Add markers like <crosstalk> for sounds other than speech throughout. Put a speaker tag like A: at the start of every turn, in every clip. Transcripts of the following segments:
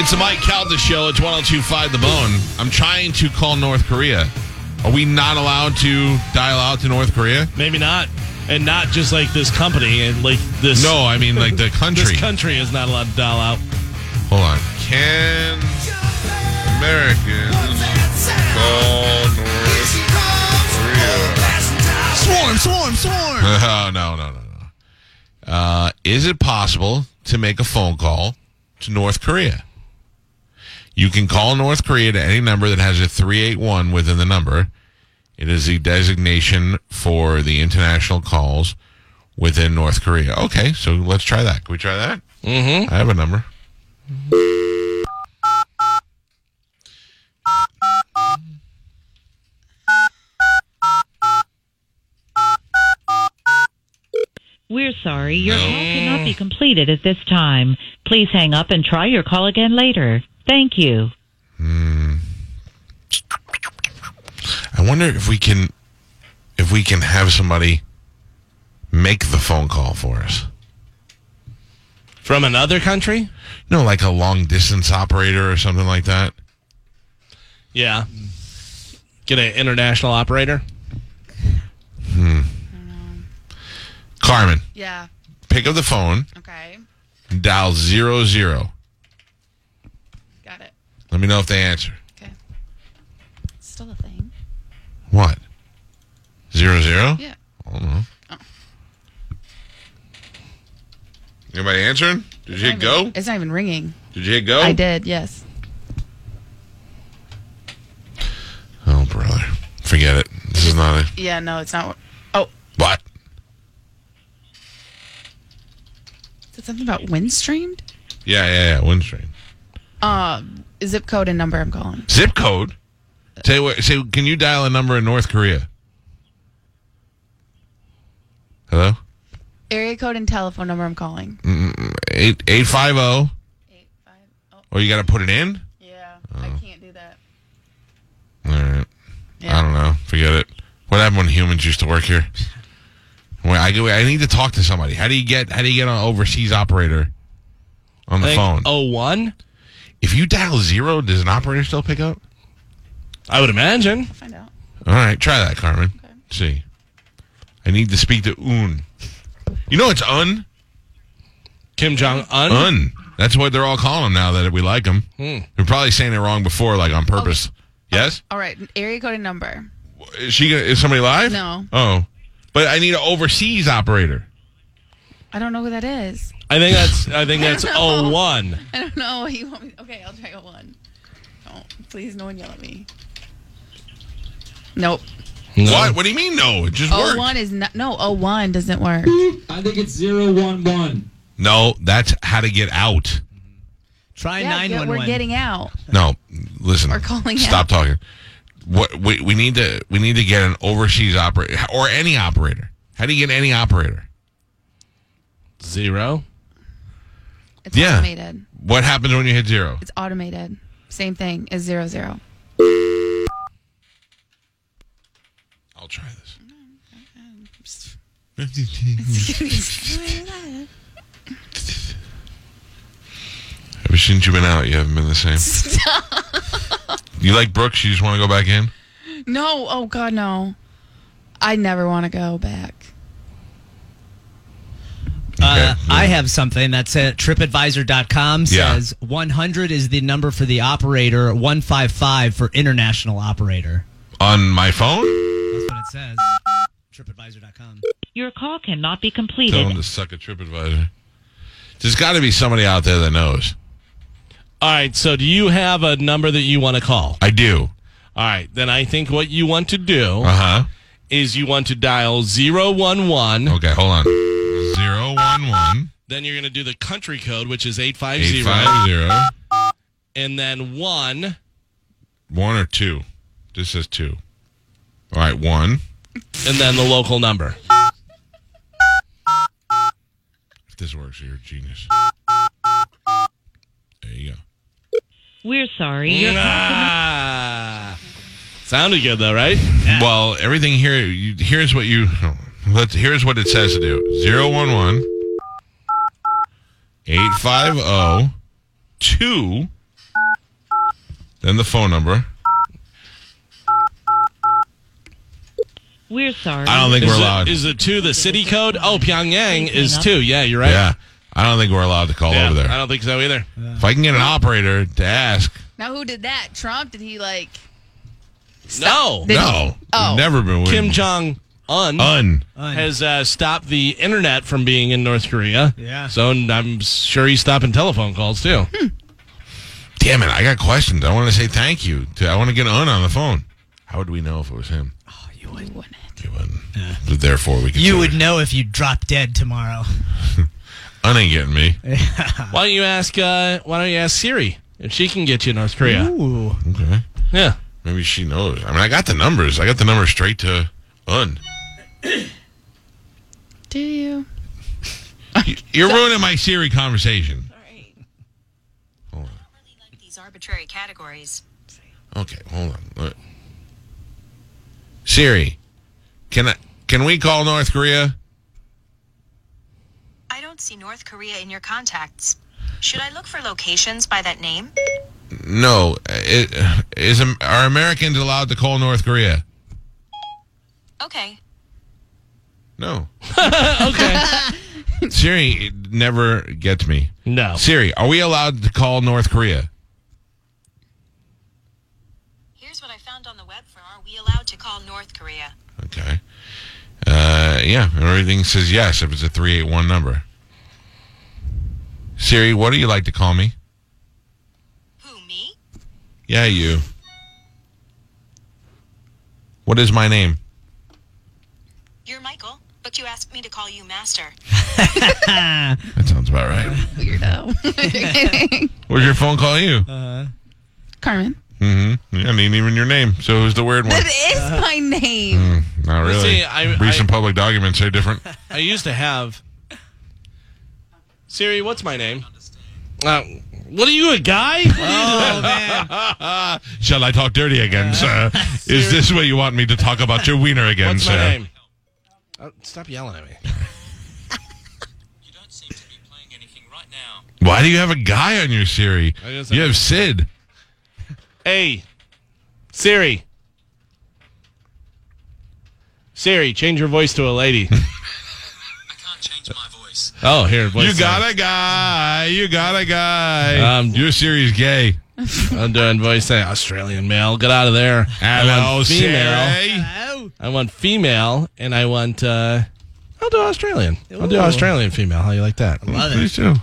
A: It's the Mike Calda show. It's 1025 The Bone. I'm trying to call North Korea. Are we not allowed to dial out to North Korea?
B: Maybe not. And not just like this company and like this.
A: No, I mean like <laughs> the country.
B: This country is not allowed to dial out.
A: Hold on. Can Americans call North Korea?
B: Swarm, swarm, swarm.
A: Oh, <laughs> no, no, no, no. Uh, is it possible to make a phone call to North Korea? You can call North Korea to any number that has a 381 within the number. It is the designation for the international calls within North Korea. Okay, so let's try that. Can we try that? Mm-hmm. I have a number.
C: We're sorry, your call cannot be completed at this time. Please hang up and try your call again later. Thank you.
A: I wonder if we can if we can have somebody make the phone call for us.
B: From another country?
A: No, like a long distance operator or something like that.
B: Yeah. Get an international operator.
A: Carmen,
D: Yeah.
A: pick up the phone,
D: Okay.
A: dial zero zero.
D: Got it.
A: Let me know if they answer.
D: Okay. Still a thing.
A: What? Zero zero?
D: Yeah.
A: I don't know. Anybody answering? Did you hit go?
D: It's not even ringing.
A: Did you hit go?
D: I did. Yes.
A: Oh, brother. Forget it. This is not a.
D: Yeah. No, it's not. Oh,
A: What?
D: is it something about windstreamed?
A: Yeah, yeah, yeah. Windstream.
D: Um, zip code and number I'm calling.
A: Zip code? Say what? Say, can you dial a number in North Korea? Hello?
D: Area code and telephone number I'm calling.
A: 8850.
D: Eight five. Oh,
A: Or you got to put it in?
D: yeah. I can't do that.
A: All right.
D: Yeah.
A: I don't know. Forget it. What happened when humans used to work here? Wait, I, go- I need to talk to somebody. How do you get how do you get an overseas operator on the phone?
B: Oh, one?
A: If you dial zero, does an operator still pick up?
B: I would imagine.
D: Find out.
A: All right, try that, Carmen. See, I need to speak to Un. You know it's Un.
B: Kim Jong Un.
A: Un. That's what they're all calling him now that we like him. They're probably saying it wrong before, like on purpose.
D: Oh.
A: Yes.
D: All right. Area code and number.
A: Is she? gonna- Is somebody live?
D: No.
A: Oh, but I need an overseas operator.
D: I don't know who that is.
B: I think that's I
D: <laughs>
B: think that's oh one.
D: I don't know. <laughs> You want me? Okay, I'll try a one. Don't. Please, no one yell at me. Nope.
A: What? What do you mean? No, it just
D: Oh
A: worked.
D: one is not. No. Oh one doesn't work.
E: I think it's zero one one.
A: No, that's how to get out.
F: Try
D: Yeah,
F: nine
D: yeah,
F: one
D: we're
F: one.
D: getting out.
A: No, listen.
D: Or calling
A: Stop
D: out.
A: talking. What we we need to we need to get an overseas operator or any operator. How do you get any operator?
B: Zero.
D: It's
A: Yeah.
D: automated.
A: What happens when you hit zero?
D: It's automated. Same thing as zero zero.
A: I'll try this.
D: <laughs>
F: Hmm.
A: Ever since you've been out, you haven't been the same. You like Brooks? You just want to go back in?
D: no. Oh God, no. I never want to go back.
F: Uh,
A: Okay.
F: I have something that's at tripadvisor.com
A: Yeah.
F: says 100 is the number for the operator, 155 for international operator.
A: On my phone?
F: That's what it says. TripAdvisor.com.
C: Your call cannot be
A: Tell them
C: completed.
A: to suck a TripAdvisor. There's got to be somebody out there that knows.
B: All right, so do you have a number that you want to call?
A: I do.
B: All right, then I think what you want to do
A: Uh huh.
B: is you want to dial 011.
A: Okay, hold on. Zero one one
B: Then you're going to do the country code, which is
A: eight
B: 850,
A: five zero
B: and then 1.
A: one or two. This says two. All right, one.
B: and then the local number.
A: If this works, you're a genius. There you go.
C: We're sorry. Your
B: Ah. Sounded good though, right?
A: Well, everything here. You, here's what you. Let's. Here's what it says to do. Zero one one. Eight five zero two. Then the phone number.
C: we're sorry.
A: I don't think
B: Is
A: we're
B: the-
A: allowed.
B: Is the two the city code? Oh, Pyongyang is two. Yeah, you're right.
A: yeah, I don't think we're allowed to call
B: Yeah,
A: over
B: I
A: there.
B: don't think so either.
A: If I can get an operator to ask,
D: Now, who did that? Trump? Did he like?
B: No,
D: Did-
A: no,
D: Oh.
A: never been with
B: Kim Jong Un
A: Un.
B: has uh, stopped the internet from being in North Korea.
F: Yeah. Hmm.
B: So I'm sure he's stopping telephone calls too.
A: Damn it! I got questions. I want to say thank you. To, I want to get Un on the phone. How would we know if it was him? It wouldn't. But therefore, we could.
F: You
A: say,
F: would know if you dropped dead tomorrow.
A: Un ain't getting me.
B: why don't you ask? Uh, why don't you ask Siri if she can get you North Korea?
F: Ooh.
A: Okay.
B: Yeah.
A: Maybe she knows. I mean, I got the numbers. I got the numbers straight to Un.
D: Do you?
A: You're ruining my Siri conversation.
G: like these arbitrary categories.
A: Okay, hold on. Uh, Siri, can I can we call North Korea?
G: I don't see North Korea in your contacts. Should I look for locations by that name?
A: No. Uh, It, is Am- are Americans allowed to call North Korea?
G: Okay.
A: <laughs> No.
B: Okay.
A: <laughs> Siri it never gets me.
B: no.
A: Siri, are we allowed to call North Korea?
G: Here's what I found on the web for Are We Allowed to Call North Korea?
A: Okay. Uh, yeah, everything says yes if it's a 381 number. Siri, what do you like to call me?
G: Who, me?
A: Yeah, you. What is my name?
G: You're Michael, but you asked me to call you Master.
A: That sounds about right.
D: Weirdo.
A: Where's your phone call you?
D: <laughs> Carmen.
A: mm-hmm. Yeah, I mean, even your name. So who's the weird one?
D: <laughs> That is
F: Uh,
D: my
F: hmm.
D: name.
A: Not really.
B: See, I-
A: Recent public documents say
B: <laughs>
A: different.
B: I used to have. Siri, what's my name? Uh, what are you,
A: <laughs>
B: a guy?
F: Oh, man.
A: Shall I talk dirty again,
B: <laughs>
A: sir? Is this where you want me to talk about your wiener again,
B: What's
A: sir?
B: my name? Oh, stop yelling at me.
H: You don't seem to be playing anything right now.
A: Why do you have a guy on your Siri?
B: I guess I-
A: You have Sid.
B: Hey, Siri. Siri, change your voice to a <laughs> lady.
H: I can't change my voice.
B: oh, here, voice.
A: You got a guy. You got a guy.
B: Um,
A: your Siri's gay.
B: sound. I'm doing voice. Say Australian male. Get out of there. I
A: Hello,
B: want female.
A: Siri.
F: Oh.
B: I want female, and I want. Uh, I'll do Australian. I'll do
F: Ooh.
B: Australian female. How you like that?
F: Love
A: Please
F: it.
A: do.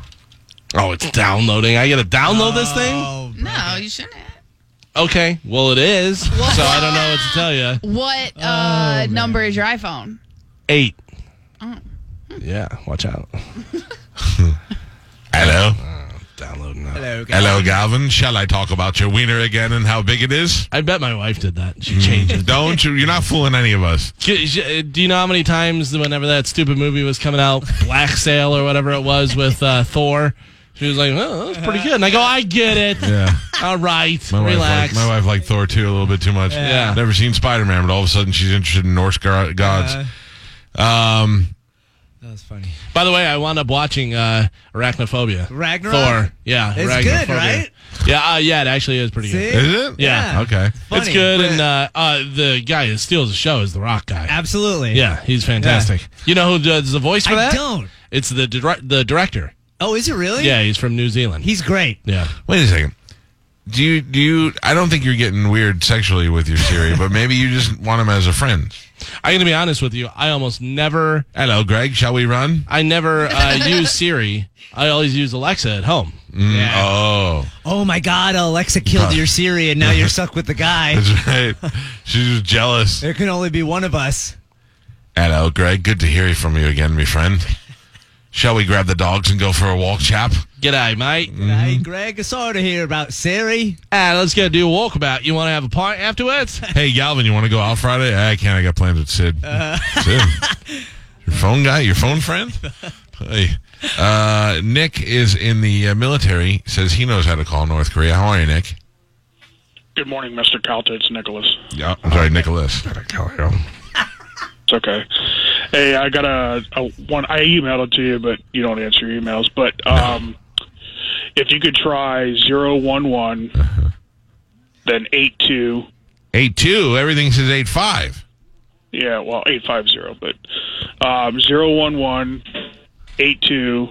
B: Oh, it's downloading. I gotta download this thing.
F: Oh, bro.
D: No, you shouldn't.
B: Okay. Well, it is. so I don't know what to tell you.
D: What
F: Oh,
D: uh, number is your iPhone?
B: Eight. Yeah. Watch out.
A: Hello.
B: Download now.
F: Hello, guys.
A: Hello, Galvin. Shall I talk about your wiener again and how big it is?
B: I bet my wife did that. She changed it.
A: Don't you? You're not fooling any of us.
B: J- j- Do you know how many times, whenever that stupid movie was coming out, Black Sail or whatever it was with uh, Thor, she was like, "Oh, that's pretty good," and I go, "I get it.
A: Yeah.
B: All right,
A: My wife,
B: relax."
A: liked, my wife liked Thor too a little bit too much.
B: Yeah.
A: Never seen Spider Man, but all of a sudden she's interested in Norse go- gods. um,
F: That was funny.
B: By the way, I wound up watching uh, Arachnophobia.
F: Ragnarok?
B: Thor. Yeah,
F: It's
B: Arachnophobia.
F: good, right?
B: Yeah, uh, yeah, it actually is pretty good.
F: See?
A: is it?
B: Yeah.
F: Yeah.
A: Okay.
B: it's
F: Funny,
B: good, and
F: but-
B: uh, uh, the guy that steals the show is the Rock guy.
F: Absolutely.
B: Yeah, he's fantastic. You know who does the voice for
F: I
B: that?
F: don't.
B: It's the dir- the director.
F: Oh, is it really?
B: Yeah, he's from New Zealand.
F: He's great.
B: yeah.
A: Wait a second. do you do you? I don't think you're getting weird sexually with your Siri, but maybe you just want him as a friend.
B: I'm gonna be honest with you. I almost never,
A: Hello, Greg. Shall we run?
B: I never uh, use Siri. I always use Alexa at home.
A: Mm, Oh,
F: Oh my God, Alexa killed your Siri, and now you're stuck with the guy.
A: that's right. She's just jealous.
F: There can only be one of us.
A: Hello, Greg. Good to hear from you again, my friend. Shall we grab the dogs and go for a walk, chap?
B: G'day, mate. Mm-hmm.
F: Hey, Greg, I saw to hear about Siri.
B: Ah, let's go do a walkabout. You want to have a pint afterwards?
A: Hey, Galvin, you want to go out Friday? I can't. I got plans with Sid.
F: Uh.
A: Sid, your phone guy, your phone friend. Hey, uh, Nick is in the uh, military. Says he knows how to call North Korea. How are you, Nick?
I: Good morning, Mr. Calta. It's Nicholas.
A: Yeah, I'm sorry, Nicholas.
I: It's okay. Hey, I got a, a one. I emailed it to you, but you don't answer your emails. But um, if you could try zero one one, then eight two.
A: Eight two. Everything says eight five.
I: Yeah, well, eight five zero, but um, zero one one eight two.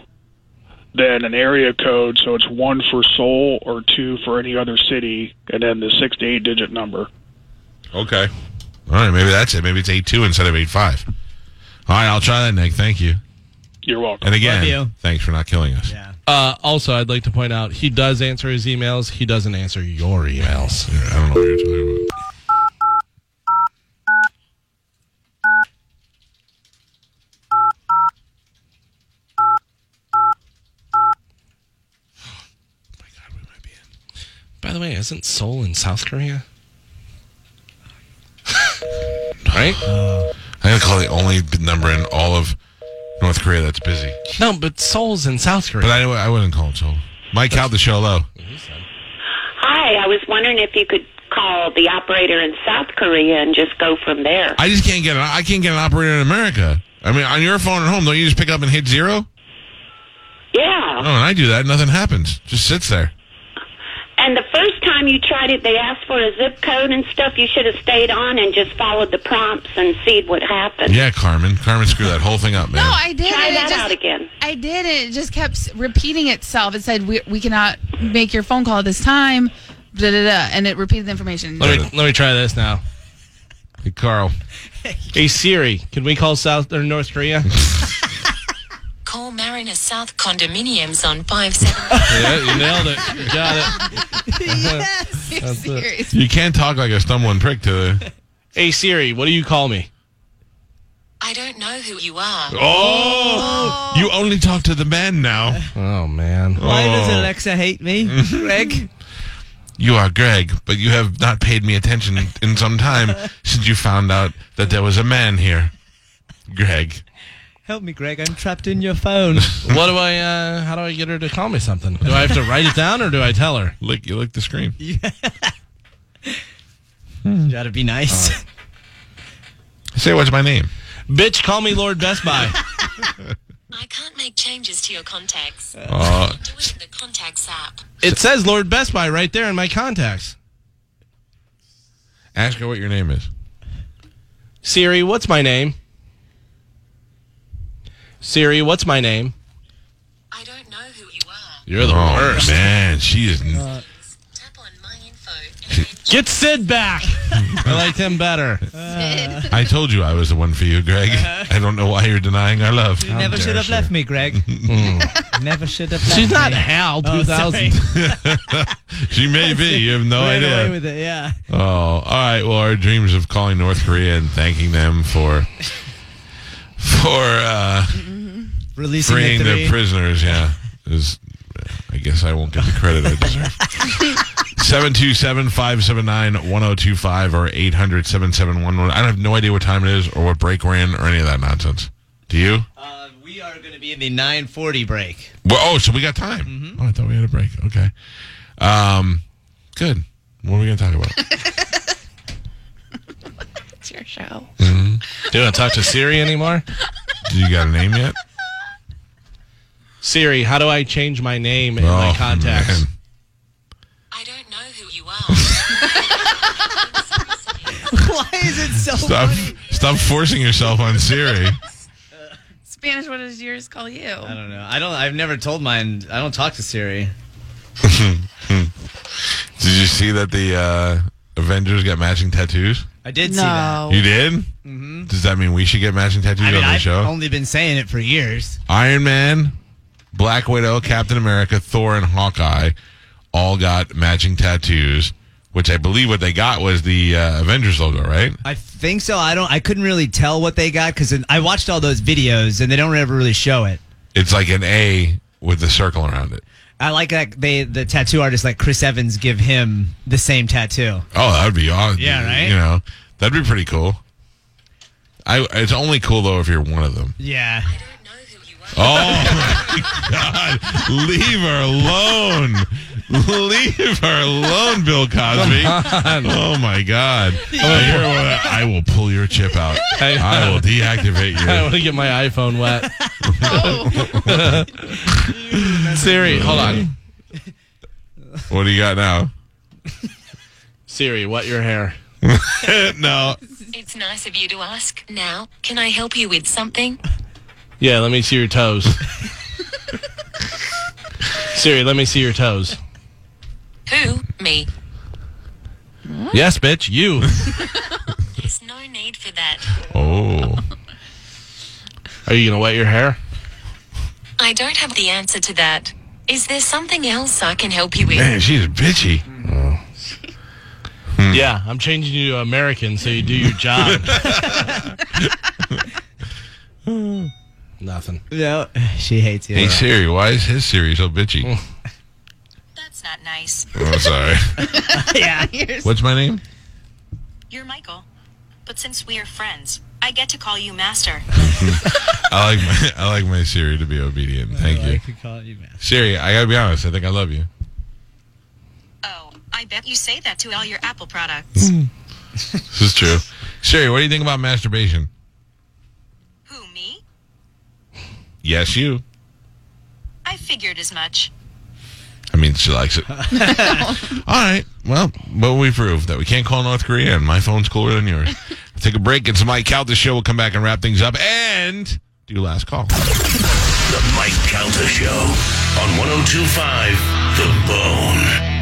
I: Then an area code, so it's one for Seoul or two for any other city, and then the six to eight digit number.
A: Okay. All right, maybe that's it. Maybe it's eight two instead of eight five. All right, I'll try that, Nick. Thank you.
I: You're welcome.
A: And again,
F: Love you.
A: thanks for not killing us.
F: Yeah.
B: Uh, also, I'd like to point out he does answer his emails. He doesn't answer your emails.
A: I don't know what you're talking about. My God, we might be in.
B: By the way, isn't Seoul in South Korea? <laughs>
A: Right? I'm going to call the only number in all of North Korea that's busy.
B: No, but Seoul's in South
A: But
B: Korea.
A: I, I wouldn't call it Seoul. Mike, how'd the show low?
J: Hi, I was wondering if you could call the operator in South Korea and just go from there.
A: I just can't get an, I can't get an operator in America. I mean, on your phone at home, don't you just pick up and hit zero?
J: yeah.
A: Oh, and I do that. Nothing happens. Just sits there.
J: And the first time you tried it, they asked for a zip code and stuff. You should have stayed on and just followed the prompts and see what happened.
A: Yeah, Carmen. Carmen screwed that whole thing up, man.
D: No, I did.
J: Try
D: it. It
J: that
D: just-
J: out again.
D: I did. It It just kept s- repeating itself. It said, "We, we cannot make your phone call at this time." Da da da, and it repeated the information. <laughs>
B: Let me let me try this now.
A: Hey, Carl.
B: Hey Siri, can we call South or North Korea?
H: Call Marina South Condominiums on 57.
B: yeah, you nailed it. You got it.
F: yes.
D: You're serious.
A: You can't talk like a stumbling prick to.
B: Hey Siri, what do you call me?
H: I don't know who you are.
A: Oh, you only talk to the men now.
B: Oh man.
F: Why does
A: Oh.
F: Alexa hate me, Greg?
A: You are Greg, but you have not paid me attention in some time since you found out that there was a man here. Greg.
F: Help me, Greg. I'm trapped in your phone.
B: What do I? Uh, how do I get her to call me something? Do I have to write it down or do I tell her?
A: Look, you lick the screen.
F: Gotta be nice.
A: Say, what's my name?
B: Bitch, call me Lord Best Buy.
H: I can't make changes to your contacts. Do
A: Uh,
H: it in the contacts app.
B: It says Lord Best Buy right there in my contacts.
A: ask her what your name is.
B: Siri, what's my name? Siri, what's my name?
H: I don't know who you are.
A: You're the oh, worst. man. She is. n-
F: Uh,
H: Tap on my info and then
B: Get Sid back. I liked him better.
A: <laughs> I told you I was the one for you, Greg. <laughs> I don't know why you're denying our love.
F: Uh-huh. Never should have
B: she?
F: left me, Greg. Never should have left
B: She's not
F: me.
B: Hal
F: Oh,
B: 2000.
F: sorry.
A: She
F: <laughs>
A: may be. You have no
F: Ran
A: idea.
F: away with it, yeah.
A: Oh, all right. Well, our dreams of calling North Korea and thanking them for for uh,
F: Releasing
A: freeing
F: the
A: the
F: three.
A: prisoners. Yeah, is I guess I won't get the credit I deserve.
F: <laughs>
A: 727-579-1025 or 800-7711. I have no idea what time it is or what break we're in or any of that nonsense. Do you?
F: Uh, we are going to be in the 940 break.
A: Well, oh, so we got time. Oh, I thought we had a break. Okay. Um, good. What are we going to talk about?
D: It's your show.
B: Do you want to talk to Siri <laughs> anymore?
A: Do you got a name yet?
B: Siri, how do I change my name in my
A: Oh,
B: contacts?
A: man.
H: I don't know who you are.
F: Why is it so
A: Stop,
F: funny?
A: stop forcing yourself on Siri.
D: Spanish. What does yours call you?
F: I don't know. I don't. I've never told mine. I don't talk to Siri.
A: Did you see that the uh, Avengers got matching tattoos?
F: I did see that.
D: No.
A: You did? Mm-hmm. Does that mean we should get matching tattoos
F: I mean,
A: on the
F: I've
A: show?
F: only been saying it for years.
A: Iron Man, Black Widow, Captain America, Thor, and Hawkeye all got matching tattoos, which I believe what they got was the uh, Avengers logo, right?
F: I think so. I don't. I couldn't really tell what they got because I watched all those videos and they don't ever really show it.
A: It's like an A with a circle around it.
F: I like that they the tattoo artist like Chris Evans give him the same tattoo.
A: Oh, that'd be awesome.
F: Yeah, right?
A: You know, that'd be pretty cool. I, it's only cool though if you're one of them.
F: Yeah.
A: Oh my God! Leave her alone. Leave her alone, Bill Cosby. Oh my God!
B: Oh,
A: I, hear what- I will pull your chip out. I will deactivate
B: <laughs> I
A: you.
B: want to get my iPhone wet. <laughs> Siri, hold on.
A: What do you got now?
B: Siri, wet your hair.
A: no.
H: It's nice of you to ask. Now, can I help you with something?
B: Yeah, let me see your toes. <laughs> Siri, let me see your toes.
H: Who? Me.
B: Yes, bitch, you.
H: There's no need for that.
A: Oh.
B: Are you gonna wet your hair?
H: I don't have the answer to that. Is there something else I can help you with?
A: Man, she's bitchy.
B: Yeah, I'm changing you to American so you do your job. Nothing.
F: No, <sighs> she hates you.
A: Hey Siri, why is his Siri so bitchy?
G: That's not nice.
A: Oh, sorry.
F: yeah.
A: What's my name?
G: You're Michael. But since we're friends, I get to call you Master.
A: I like my I like my Siri to be obedient. Thank you, Siri. I gotta be honest. I think I love you.
G: Oh, I bet you say that to all your Apple products.
A: This is true. Sherry, what do you think about masturbation?
G: Who, me?
A: Yes, you.
G: I figured as much.
A: I mean, she likes it. All right. Well, but we prove that we can't call North Korea, and my phone's cooler than yours. Take a break. It's the Mike Caldas show. We'll come back and wrap things up and do last call.
K: oh The Mike Calta Show on 1025 The Bone.